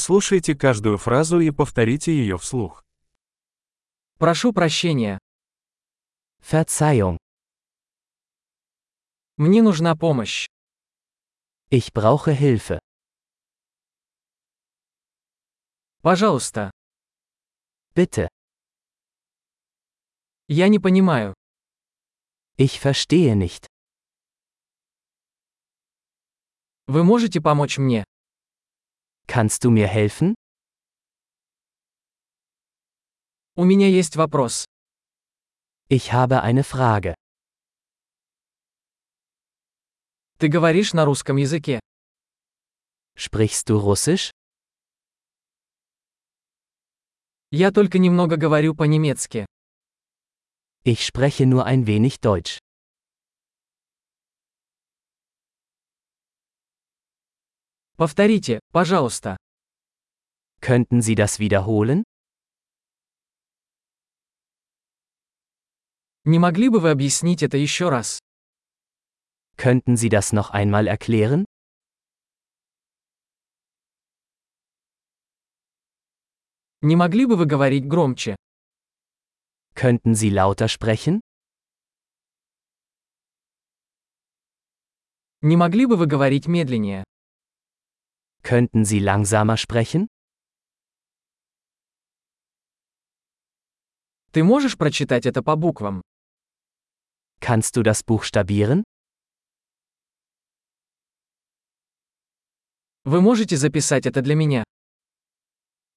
Прослушайте каждую фразу и повторите ее вслух. Прошу прощения. Verzeihung, Мне нужна помощь. ich brauche Hilfe. Пожалуйста. Bitte, Я не понимаю. ich verstehe nicht. Вы можете помочь мне? Kannst du mir helfen? У меня есть вопрос. Ich habe eine Frage. Ты говоришь на русском языке. Sprichst du Russisch? Я только немного говорю по-немецки. Ich spreche nur ein wenig Deutsch. Повторите, пожалуйста. Könnten Sie das wiederholen? Не могли бы вы объяснить это еще раз? Könnten Sie das noch einmal erklären? Не могли бы вы говорить громче? Könnten Sie lauter sprechen? Не могли бы вы говорить медленнее? Könnten Sie langsamer sprechen? Ты можешь прочитать это по буквам? Kannst du das buchstabieren? Вы можете записать это для меня?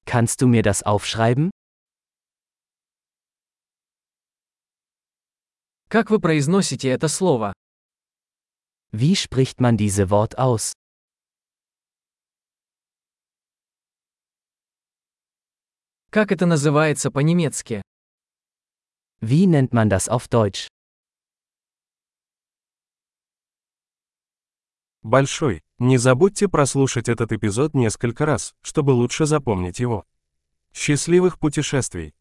Kannst du mir das aufschreiben? Как вы произносите это слово? Wie spricht man diese Wort aus? Как это называется по-немецки? Wie nennt man das auf Deutsch? Большой. Не забудьте прослушать этот эпизод несколько раз, чтобы лучше запомнить его. Счастливых путешествий!